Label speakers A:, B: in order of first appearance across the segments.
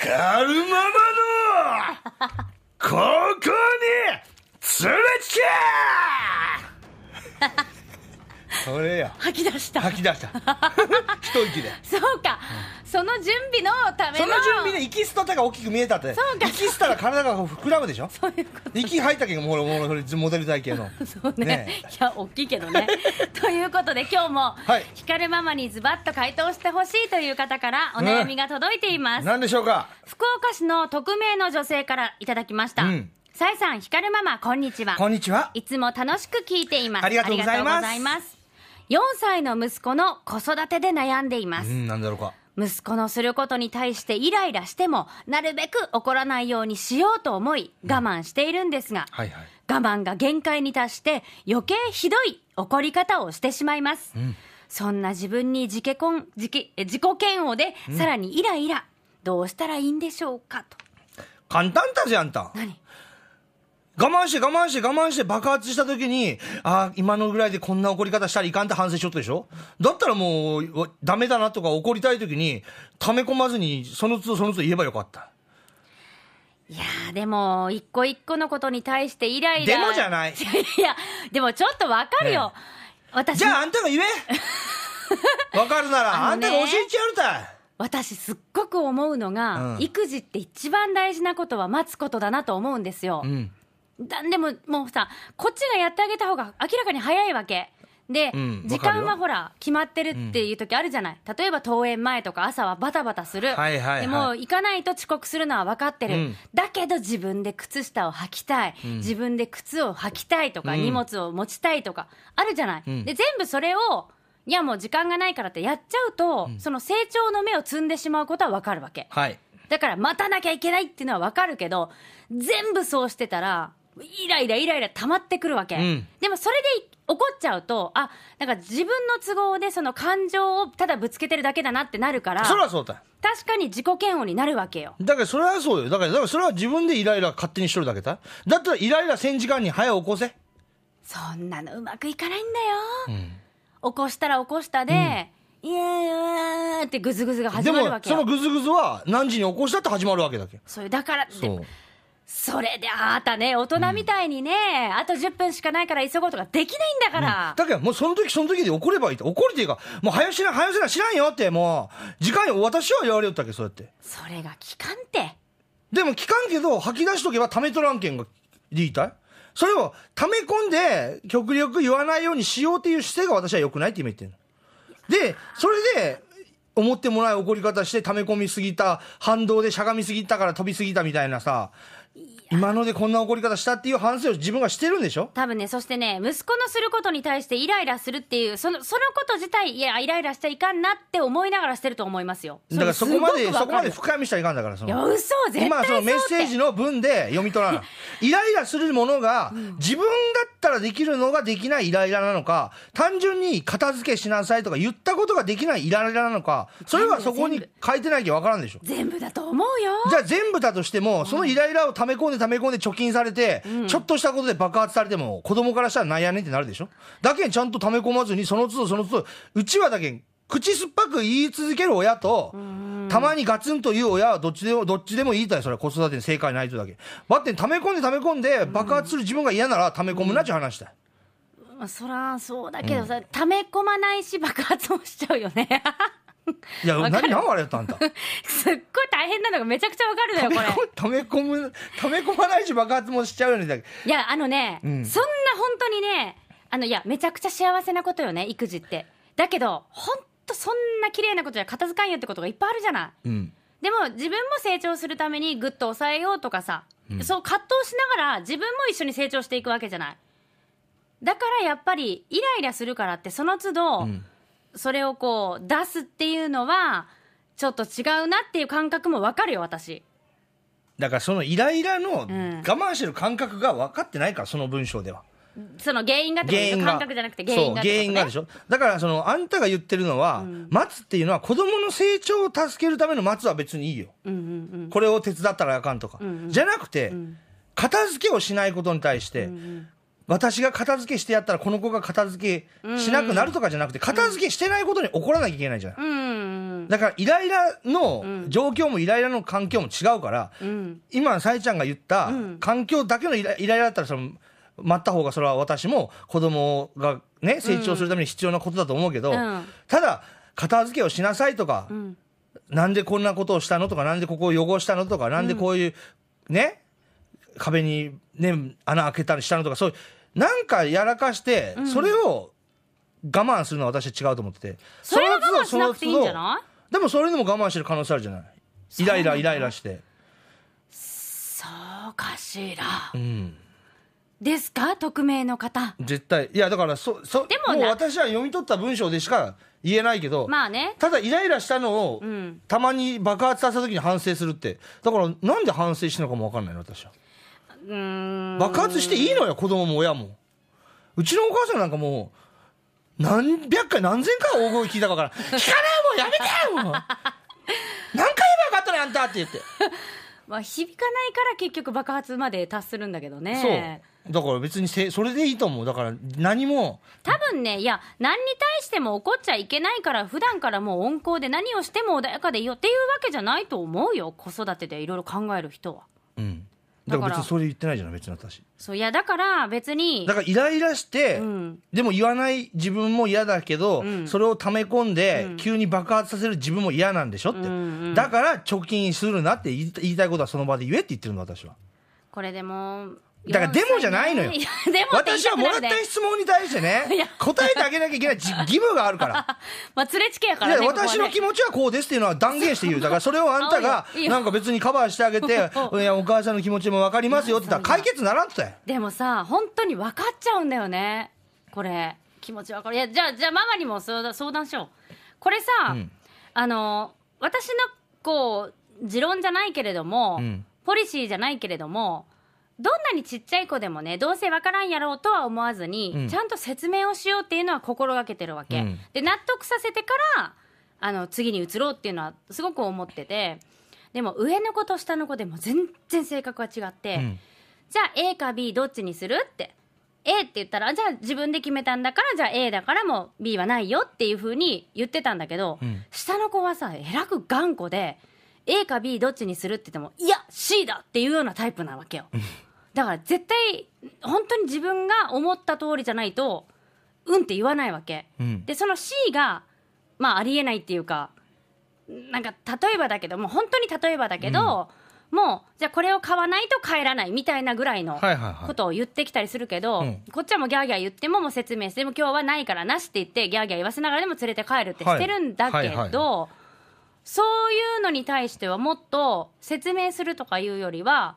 A: カルママのここに連れてけ それや
B: 吐き出した
A: 吐き出した 一息で
B: そうか、その準備のため
A: そ
B: の
A: の準備で息吸った手が大きく見えたって
B: そうか
A: 息吸ったら体が膨らむでしょ
B: そういうこと
A: 息吐いたけどもうもうそれモデル体型の
B: そうね
A: ね
B: いや大きいけど ねということで今日も、
A: はい
B: ひかるママにズバッと回答してほしいという方からお悩みが届いています、
A: 何でしょうか
B: 福岡市の匿名の女性からいただきました、
A: うん
B: さいさんひかるママこんにちは
A: こんにちはい
B: つも楽しく聞いています
A: ありがとうございます
B: ありがとうございます4歳の息子の子育てで悩んでいま
A: う
B: す、
A: ん何だろうか
B: 息子のすることに対してイライラしてもなるべく怒らないようにしようと思い我慢しているんですが、
A: はいはい
B: 我慢が限界に達して余計ひどい怒り方をしてしまいます、そんな自分に自己婚自己え自己嫌悪でさらにイライラ、どうしたらいいんでしょうかと
A: 簡単だぜあんた
B: 何
A: 我慢して我慢して我慢して爆発した時に、ああ、今のぐらいでこんな怒り方したらいかんって反省しよったでしょだったらもう、わダメだなとか怒りたい時に、溜め込まずに、その都度その都度言えばよかった。
B: いやーでも一個一個のことに対してイライラ
A: でもじゃない
B: いや いやでもちょっとわかるよ、私
A: じゃああんた が言えわかるなら、あ
B: あの
A: ん
B: ね
A: たが教えちゃうたい。
B: 私すっごく思うのが、
A: うん
B: 育児って一番大事なことは待つことだなと思うんですよ、
A: うん。
B: だでももうさこっちがやってあげた方が明らかに早いわけで、
A: うん
B: 時
A: わか
B: 間
A: るよ
B: はほら決まってるっていう時あるじゃない、例えば登園前とか朝はバタバタする、
A: はいはいはい
B: でもう行かないと遅刻するのは分かってる、
A: うん
B: だけど自分で靴下を履きたい、自分で靴を履きたいとか、
A: うん
B: 荷物を持ちたいとかあるじゃない、
A: ん
B: で全部それをいやもう時間がないからってやっちゃうと、その成長の芽を摘んでしまうことは分かるわけ、
A: はい。
B: だから待たなきゃいけないっていうのはわかるけど、全部そうしてたら、イライライライラ溜まってくるわけ。
A: うん
B: でもそれで怒っちゃうと、あ、なんか自分の都合でその感情をただぶつけてるだけだなってなるから、
A: それはそうだ。
B: 確かに自己嫌悪になるわけよ。
A: だからそれはそうよ。だから、だからそれは自分でイライラ勝手にしとるだけだ。だったらイライラせん時間に早起こせ。
B: そんなのうまくいかないんだよ。起こしたら起こしたで、いやーってぐずぐずが始
A: で
B: まる
A: も
B: わ、け
A: そ
B: よ
A: の。ぐずぐずは何時に起こしたって始まるわけだけ。
B: そういう、だからって、
A: そう。
B: それで、あなたね、大人みたいにね、あと10分しかないから急ごうとかできないんだから。
A: だけど、もうその時その時で怒ればいいと。怒るっていうか、もう早しな、早しな、知らんよって、もう、時間よ、私は言われよったっけ、そうやって。
B: それが期間って
A: でも聞かんけど、吐き出しとけばためとらんけんが、言いたいそれを、溜め込んで、極力言わないようにしようっていう姿勢が私は良くないって今言ってるの。で、それで、思ってもない怒り方して溜め込みすぎた、反動でしゃがみすぎたから飛びすぎたみたいなさ、今のでこんな怒り方したっていう反省を自分がしてるんでしょ
B: 多分ねそしてね息子のすることに対してイライラするっていうそのそのこと自体いやイライラしちゃいかんなって思いながらしてると思いますよ
A: だからそこまで、
B: れすご
A: そこ
B: くわか
A: ま
B: る
A: で深読みしたらいかんだから、そ
B: い
A: の
B: や。嘘絶対
A: 今そのメッ
B: そう
A: セ
B: っ
A: ー
B: て
A: ジの文で読み取らない イライラするものが自分だったらできるのができないイライラなのか単純に片付けしなさいとか言ったことができないイライラなのかそれはそこに書いてないきゃわからんでしょ
B: 全部だと思うよ
A: じゃあ全部だとしてもそのイライラを溜め込んで溜め込んで貯金されてちょっとしたことで爆発されても子供からしたらなんやねんってなるでしょだけんちゃんと溜め込まずにその都度その都度うちはだけん口酸っぱく言い続ける親と、たまにガツンと言う親はどっちでも、どっちでもいいとや、それは子育てに正解ないとだけ。バッテン溜め込んで溜め込んで爆発する自分が嫌なら溜め込むなっちゅう話だ。
B: まあそらそうだけどさ、溜め込まないし爆発もしちゃうよね
A: いや、
B: わ
A: 何、
B: かる
A: 何あれやっ たあんた。
B: すっごい大変なのがめちゃくちゃわかるのよこ れ
A: 溜め込む、溜め込まないし爆発もしちゃうよねだけ。
B: いや、あのね、
A: ん
B: そんな本当にね、あの、いや、めちゃくちゃ幸せなことよね、育児って。だけど、本当そんな綺麗なことじゃ片付かんよってことがいっぱいあるじゃな
A: う
B: い。
A: ん。
B: でも、自分も成長するためにぐっと抑えようとかさ、そう葛藤しながら自分も一緒に成長していくわけじゃない。だからやっぱり、イライラするからって、その都度、それをこう、出すっていうのは、ちょっと違うなっていう感覚もわかるよ、私。
A: だからそのイライラの我
B: ん
A: 慢してる感覚が分かってないから、その文章では。
B: その原因がってこ
A: 原因
B: とでしょ
A: が。
B: 感覚じゃなくて原因がってこと、ね。
A: そう、原因がでしょ。だから、その、あんたが言ってるのは、待つっていうのは子供の成長を助けるための待つは別にいいよ。これを手伝ったらあかんとか。じゃなくて、片付けをしないことに対して、私が片付けしてやったらこの子が片付けしなくなるとかじゃなくて片付けしてないことに怒らなきゃいけないじゃない、
B: うんうん
A: だからイライラの状況もイライラの環境も違うから、
B: うん
A: 今さえちゃんが言った環境だけのイライライラだったらその待った方がそれは私も子供がね成長するために必要なことだと思うけど、
B: うん
A: ただ片付けをしなさいとか、
B: ん
A: なんでこんなことをしたのとかなんでここを汚したのとかなんでこういう、ね壁に、ね、穴開けたりしたのとかそういうなんかやらかして、それを我慢するのは私は違うと思ってて
B: それは
A: の都
B: 我
A: 度
B: 慢しなくていいんじゃない
A: でもそれでも我慢してる可能性あるじゃないイライライライラして
B: そうかしら、
A: うん
B: ですか匿名の方
A: 絶対いやだからそそ
B: でもな
A: う私は読み取った文章でしか言えないけど、
B: まあね
A: ただイライラしたのを、
B: ん
A: たまに爆発させた時に反省するってだからなんで反省してるのかも分かんないの私は
B: うーん
A: 爆発していいのよ子供も親もうちのお母さんなんかもう何百回何千回大声聞いたか分からん聞かないもうやめて もう何回言えばよかったのあんたって言って
B: まあ響かないから結局爆発まで達するんだけどね
A: そうだから別にせそれでいいと思うだから何も
B: 多分ねいや何に対しても怒っちゃいけないから普段からもう温厚で何をしても穏やかでいいよっていうわけじゃないと思うよ子育てでいろいろ考える人は
A: うんだ
B: だ
A: か
B: からら
A: 別にそれ言ってないじゃない別に私
B: そういやだから別に
A: だからイライラして、
B: ん
A: でも言わない自分も嫌だけど、それを溜め込んで、急に爆発させる自分も嫌なんでしょって、だから貯金するなって言い言いたいことはその場で言えって言ってるの私は
B: これでも
A: だからでもじゃないのよ
B: いやでもって言い
A: 私
B: た
A: は
B: く
A: も
B: な
A: らっ
B: るね
A: た質問に対して
B: いや
A: ね答えてあげなきゃいけないじ義務があるから
B: まあ連れチケやか
A: い
B: ら
A: や
B: ねここはね
A: 私の気持ちはこうですっていうのは断言して言うだからそれをあんたが
B: いいよいいよ
A: なんか別にカバーしてあげていやお母さんの気持ちも分かりますよって言ったら解決ならんってたよ
B: でもさ本当に分かっちゃうんだよねこれ気持ち分かるいやじゃあじゃあママにも相談相談しようこれさ、
A: ん
B: あの私のこう持論じゃないけれども、
A: うん
B: ポリシーじゃないけれどもどんなにちっちゃい子でもねどうせ分からんやろうとは思わずに、
A: うん
B: ちゃんと説明をしようっていうのは心がけてるわけ、
A: うん
B: で納得させてからあの次に移ろうっていうのはすごく思っててでも上の子と下の子でも全然性格は違って、
A: うん
B: じゃあ A か B どっちにするって A って言ったらじゃあ自分で決めたんだからじゃあ A だからもう B はないよっていうふうに言ってたんだけど、
A: うん
B: 下の子はさえらく頑固で A か B どっちにするって言ってもいや C だっていうようなタイプなわけよだから絶対本当に自分が思った通りじゃないとうんって言わないわけ、
A: うん
B: でその C がまあありえないっていうかなんか例えばだけどもう本当に例えばだけど、もうじゃあこれを買わないと帰らないみたいなぐらいの
A: はいはいはい
B: ことを言ってきたりするけど、
A: うん
B: こっちはもうギャーギャー言ってももう説明してでも今日はないからなしって言ってギャーギャー言わせながらでも連れて帰るってしてるんだけど、
A: はいはいは
B: そういうのに対してはもっと説明するとかいうよりは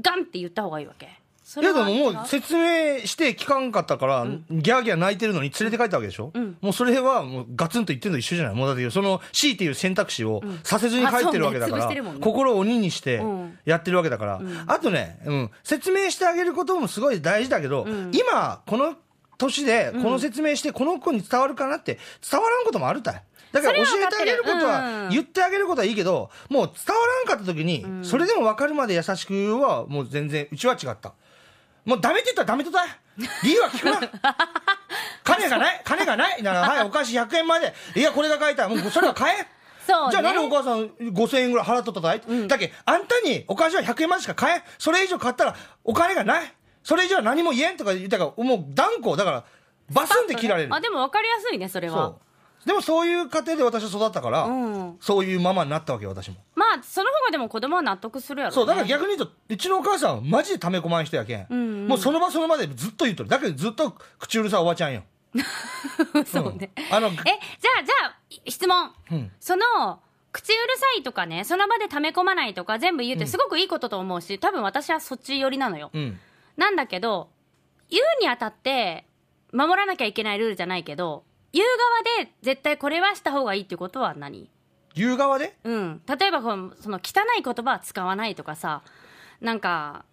B: ガンって言った方がいいわけそ
A: いやで
B: は
A: ももう説明して聞かんかったから、ギャーギャー泣いてるのに連れて帰ったわけでしょ、もうそれはもうガツンと言ってるのと一緒じゃないもうだってその C っていう選択肢をさせずに帰ってるわけだか
B: あ
A: ら、
B: そうね潰してるもんね
A: 心を鬼にして
B: うん
A: やってるわけだから、あとね、うん、説明してあげることもすごい大事だけど、今この年でこの説明してこの子に伝わるかなって伝わらんこともあるたいだから教
B: それ
A: えて
B: は分かっ
A: あ
B: て
A: げ
B: る
A: ることは
B: うん
A: 言ってあげることはいいけどもう伝わらんかった時にそれでも分かるまで優しくはもう全然うちは違った。もうダメって言ったらダメとだ理由は聞く な金がない金がないならはいお菓子100円までいやこれが書いたもうそれは買え
B: そうね
A: じゃあなんでお母さん5000円ぐらい払っとっただい、だけあんたにお菓子は100円までしか買えそれ以上買ったらお金がないそれ以上は何も言えんとか言ったからもう断固だからバスンって切られる
B: あでも分かりやすいねそれは
A: そうでもそういう家庭で私は育ったから、
B: うん
A: そういうママになったわけよ私も
B: まあその方がでも子供は納得するやろね
A: そう、だから逆に言うと、うちのお母さんはマジでためこまん人やけん,、もうその場その場でずっと言うとる。だけどずっと口うるさいおばちゃんよ。
B: そうね、
A: あの、
B: えじゃあじゃあい質問、
A: うん
B: その口うるさいとかねその場で溜め込まないとか全部言うってすごくいいことと思うし、多分私はそっち寄りなのよ、
A: うん。
B: なんだけど言うにあたって守らなきゃいけないルールじゃないけど言う側で絶対これはした方がいいっていうことは何
A: 言う側で
B: うん、例えばこのその汚い言葉は使わないとかさなんか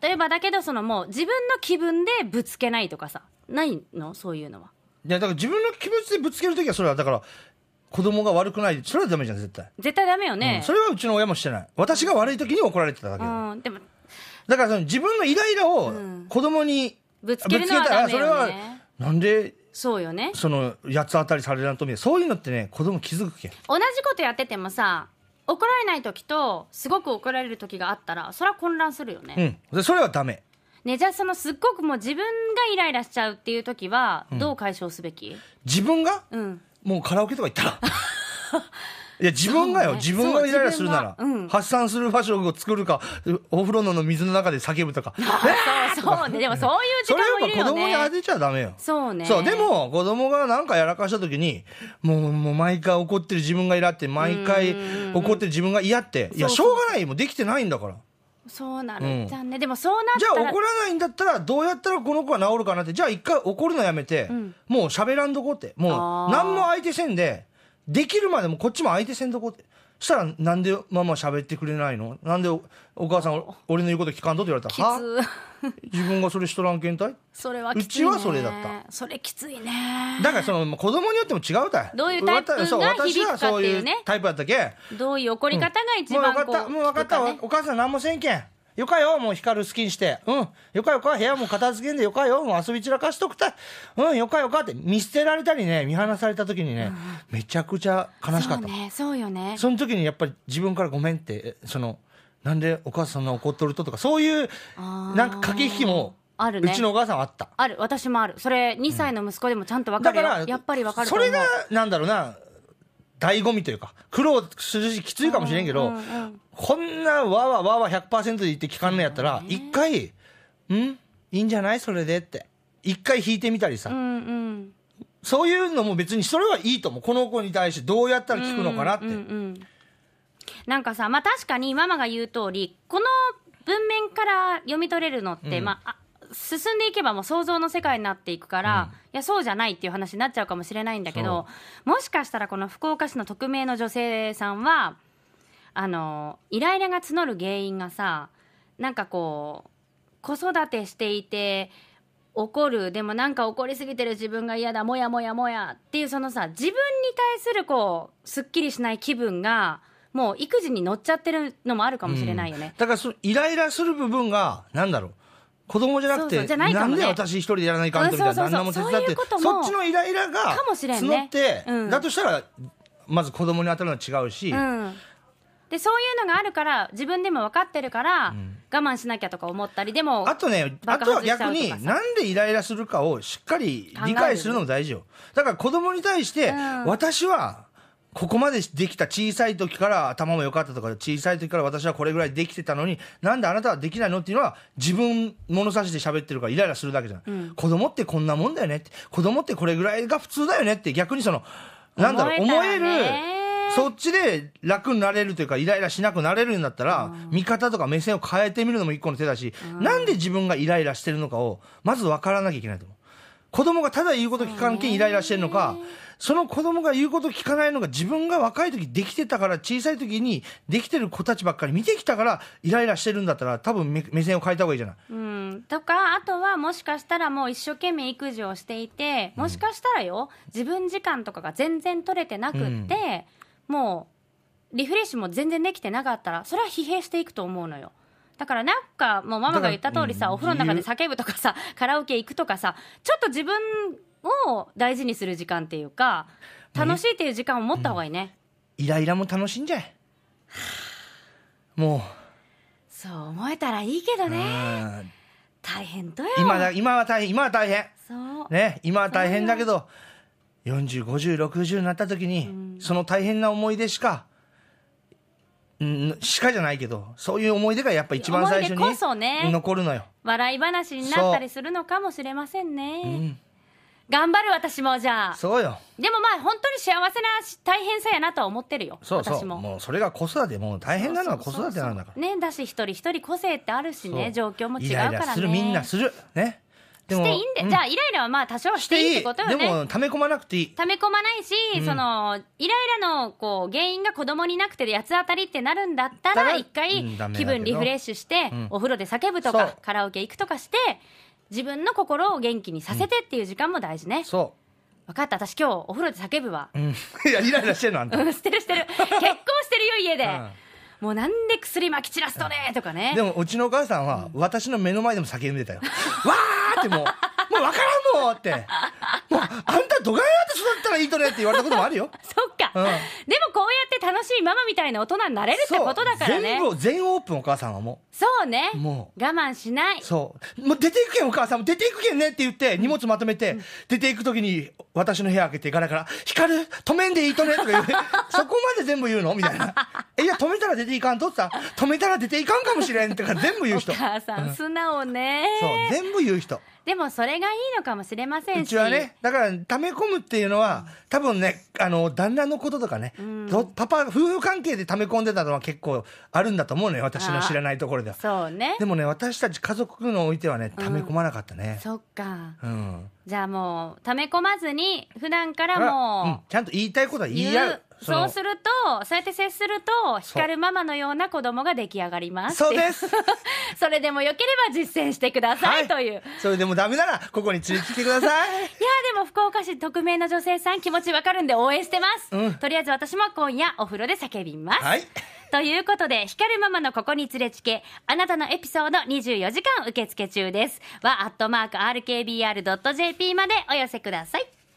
B: 例えばだけどそのもう自分の気分でぶつけないとかさないのそういうのはい
A: や、だから自分の気持ちでぶつけるときはそれは、だから、子供が悪くない。それはダメじゃん、絶対。
B: 絶対ダメよね、
A: それはうちの親もしてない。私が悪いときに怒られてただけよ。
B: うん、でも
A: だからその自分のイライラを子供に
B: ぶつけるのはダメ
A: ぶつけ
B: よ
A: たら
B: ね
A: それはなんで
B: そうよね
A: その八つ当たりされるんとみたいなそういうのってね子供気づくけん
B: 同じことやっててもさ怒られない時とすごく怒られる時があったらそれは混乱するよね、
A: うんでそれはダメ
B: ねじゃあそのすっごくもう自分がイライラしちゃうっていう時はどう解消すべき、
A: 自分が
B: うん
A: もうカラオケとか行ったらいや自分がよ、
B: そうね
A: 自分がイライラするなら、
B: そう自分がうん
A: 発散する場所を作るかお風呂の水の中で叫ぶとか
B: そうそうねでもそういう時
A: それは
B: 間もいる
A: やっぱ子
B: よ
A: 供に
B: ね
A: 当てちゃダメよ
B: そうね
A: そう、でも、子供がなんかやらかした時に、もう、もう毎回怒ってる自分が嫌って、毎回怒ってる自分が嫌って、いや、
B: そ
A: し
B: うそう
A: ょうがない、もうできてないんだから。
B: そうな
A: う
B: る
A: ん
B: じゃんね、でもそうな
A: じゃあ
B: ったら
A: 怒らないんだったら、どうやったらこの子は治るかなって、じゃあ一回怒るのやめて、もう喋らんとこって、も
B: あ
A: う、
B: ー
A: 何も相手せんで、できるまでもこっちも相手せんとこって。したら、なんでママ喋ってくれないのなんでおお母さんお俺の言うこと聞かんとって言われたら、は
B: き
A: 自分がそれしとらんけんたい
B: つ それはきつい、ね、
A: うちはそれだった
B: それきついね
A: だからその子供によっても違うたい。
B: どういうタイプが
A: そう私は
B: 響くかっていうね
A: そタイプだったけ。
B: どういう怒り方が一
A: もう分
B: 番
A: か
B: こ
A: っ
B: う
A: た、もう分かった、
B: 効くね
A: おお母さん何もせんけん。よかよ、もう光る好きにして。うん。よかよか、部屋も片付けんでよかよ、もう遊び散らかしとくたい。うん、よかよかって見捨てられたりね、見放された時にね、めちゃくちゃ悲しかった。
B: そうねそうよね
A: その時にやっぱり自分からごめんって、えその、なんでお母さんそんな怒っとるととか、そういう、
B: あー
A: なんか駆け引きも、
B: あるね
A: うちのお母さんはあった。
B: ある私もあるそれ2歳の息子でもちゃんと分か
A: だ
B: る
A: か
B: よ
A: ら、
B: やっぱり分かると
A: そ
B: 思う
A: れが、なんだろうな、醍醐味というか、苦労するし、きついかもしれんけど、
B: うんうん
A: こんなわーわーわーわー100%で言って聞かんのやったら、一回、んいいんじゃないそれでって。一回弾いてみたりさ、
B: うんうん
A: そういうのも別にそれはいいと思う。この子に対してどうやったら聞くのかなって。
B: うんうんなんかさまあ確かにママが言う通りこの文面から読み取れるのって、まああ進んでいけばもう想像の世界になっていくから、いやそうじゃないっていう話になっちゃうかもしれないんだけどもしかしたらこの福岡市の匿名の女性さんはあのイライラが募る原因がさなんかこう子育てしていて怒るでもなんか怒りすぎてる自分が嫌だもやもやもやっていうそのさ自分に対するこうすっきりしない気分がもう育児に乗っちゃってるのもあるかもしれないよね、
A: だからそのイライラする部分が、なんだろう。子供じゃなくて
B: そうそうじゃない
A: な
B: かも
A: ん
B: ね
A: で私一人でやらないかんとみたいな、
B: うんそうそうそ
A: 旦那も
B: う
A: 手伝って
B: そういうこと
A: そ
B: も
A: っちのイライラが
B: かもしれんね
A: 募って、
B: うん
A: だとしたらまず子供に当たるのは違うし、
B: うん、でそういうのがあるから自分でも分かってるから、我慢しなきゃとか思ったりでも
A: あとね、あ
B: 爆
A: とは
B: 発しちゃ
A: 逆
B: うとかさ
A: に、なんでイライラするかをしっかり理解するのも大事よ。だから子供に対して、
B: うん
A: 私は、ここまでできた小さい時から頭も良かったとか、小さい時から私はこれぐらいできてたのに、なんであなたはできないのっていうのは、自分物差しで喋ってるからイライラするだけじゃない、子供ってこんなもんだよねって、子供ってこれぐらいが普通だよねって、逆にその、なんだろう、
B: 思え
A: 思
B: た
A: え
B: ら
A: る
B: ね、
A: そっちで楽になれるというか、イライラしなくなれるんだったら、見方とか目線を変えてみるのも一個の手だし、なんで自分がイライラしてるのかを、まず分からなきゃいけないと思う。子供がただ言うこと聞かんけんイライラしてるのか、その子供が言うこと聞かないのが自分が若い時できてたから、小さい時にできてる子たちばっかり見てきたから、イライラしてるんだったら、多分目目線を変えた方がいいじゃない。
B: うん、とかあとはもしかしたらもう一生懸命育児をしていてもしかしたらよ自分時間とかが全然取れてなくって、もうリフレッシュも全然できてなかったらそれは疲弊していくと思うのよだからなんかもうママが言った通
A: だ
B: り
A: か
B: さ、
A: らうん
B: お風呂の中で叫ぶとかさカラオケ行くとかさちょっと自分を大事にする時間っていうか楽しいっていう時間を持った方がいいね、
A: イライラも楽しんじゃえ。もう、
B: そう思えたらいいけどね
A: うん
B: 大変とよ
A: 今だ、今は大変、今は大変。
B: そう
A: ね、今は大変だけど、40、50、60になった時に、その大変な思い出しか、うん、しかじゃないけど、そういう思い出がやっぱ一番最初
B: 思い出こそね
A: に残るのよ。
B: 笑い話になったりするのかもしれませんね、頑張る私もじゃあ
A: そうよ。
B: でもまあ本当に幸せなし大変さやなとは思ってるよ
A: そうそう。
B: 私も
A: もうそれが子育て、もう大変なのは子育てなんだから。
B: ねだし一人一人個性ってあるしね
A: そう
B: 状況も違う
A: イ
B: から
A: ライ
B: ね
A: ラする、みんな
B: し
A: する。ね。で
B: ていいんで、
A: うん
B: じゃあイライラはまあ多少はし
A: してて
B: いい
A: い
B: っ
A: い。
B: てことよ
A: で
B: ね
A: も、溜め込まなくていい。
B: 溜め込まないし、そのイライラのこう原因が子供になくて八つ当たりってなるんだった
A: だから
B: ら一回
A: うんダメだけ
B: 気
A: ど
B: 分リフレッシュして、
A: ん
B: お風呂で叫ぶと
A: そう
B: かカラオケ行くとかして自分の心を元気にさせてっていう時間も大事ね、
A: そ
B: 分かった私今日お風呂で叫ぶわ
A: う。うん。 いや、イライラしてるの、あんた
B: う。ん してるしてる結婚してるよ家で、
A: うん
B: もうなんで薬まき散らすとねとかね
A: でもうちのお母さんは、私の目の前でも叫んでたよ。わーっってもう、もう分からんもんって。もう、あんたどがんやって育ったらいいとねって言われたこともあるよ。
B: そ っか、
A: うん
B: でもこうやって楽しいママみたいな大人になれるってことだからね
A: 全部を、全オープンお母さんはも
B: そうね
A: も。
B: 我慢しないう
A: そう。もう出ていくけんお母さんも出ていくけんねって言って、荷物まとめて、出ていくときに私の部屋開けてガラガラ、光る止めんでいいとねとか言 う。そこまで全部言うのみたいな。え、いや、止めたら出ていかんとってさ、止めたら出ていかんかもしれんとか全部言う
B: お
A: 人。
B: 母さん素直ね、
A: そう、全部言う人。
B: でもそれがいいのかもしれませ
A: うん
B: し
A: ちはね、だから、溜め込むっていうのは、多分ね、あの、旦那のこととかね、どパパ、夫婦関係で溜め込んでたのは結構あるんだと思うのよ、私の知らないところでは。
B: そうね
A: でもね、私たち家族のおいてはね、溜め込まなかったね。
B: そっか
A: うん。
B: じゃあもう溜め込まずに普段か
A: だ
B: ら
A: からうん
B: もう
A: ちゃんと言いたいことは言い
B: 言
A: 合
B: う
A: う。
B: そうす
A: る。
B: るとそうやって接すると光るママのような子供が出来上がります
A: そう
B: ってい
A: で
B: う
A: す。
B: それでもよければ実践してください、といういやで。
A: それでもダメなら、ここについてきてください。
B: も福岡市匿名の女性さん気持ちわかるんで応援してます、
A: うん
B: とりあえず私も今夜お風呂で叫びます、
A: はい。
B: ということで、光るママのここに連れちけ、あなたのエピソード24時間受付中です。は、アットマーク RKBR.jp までお寄せください。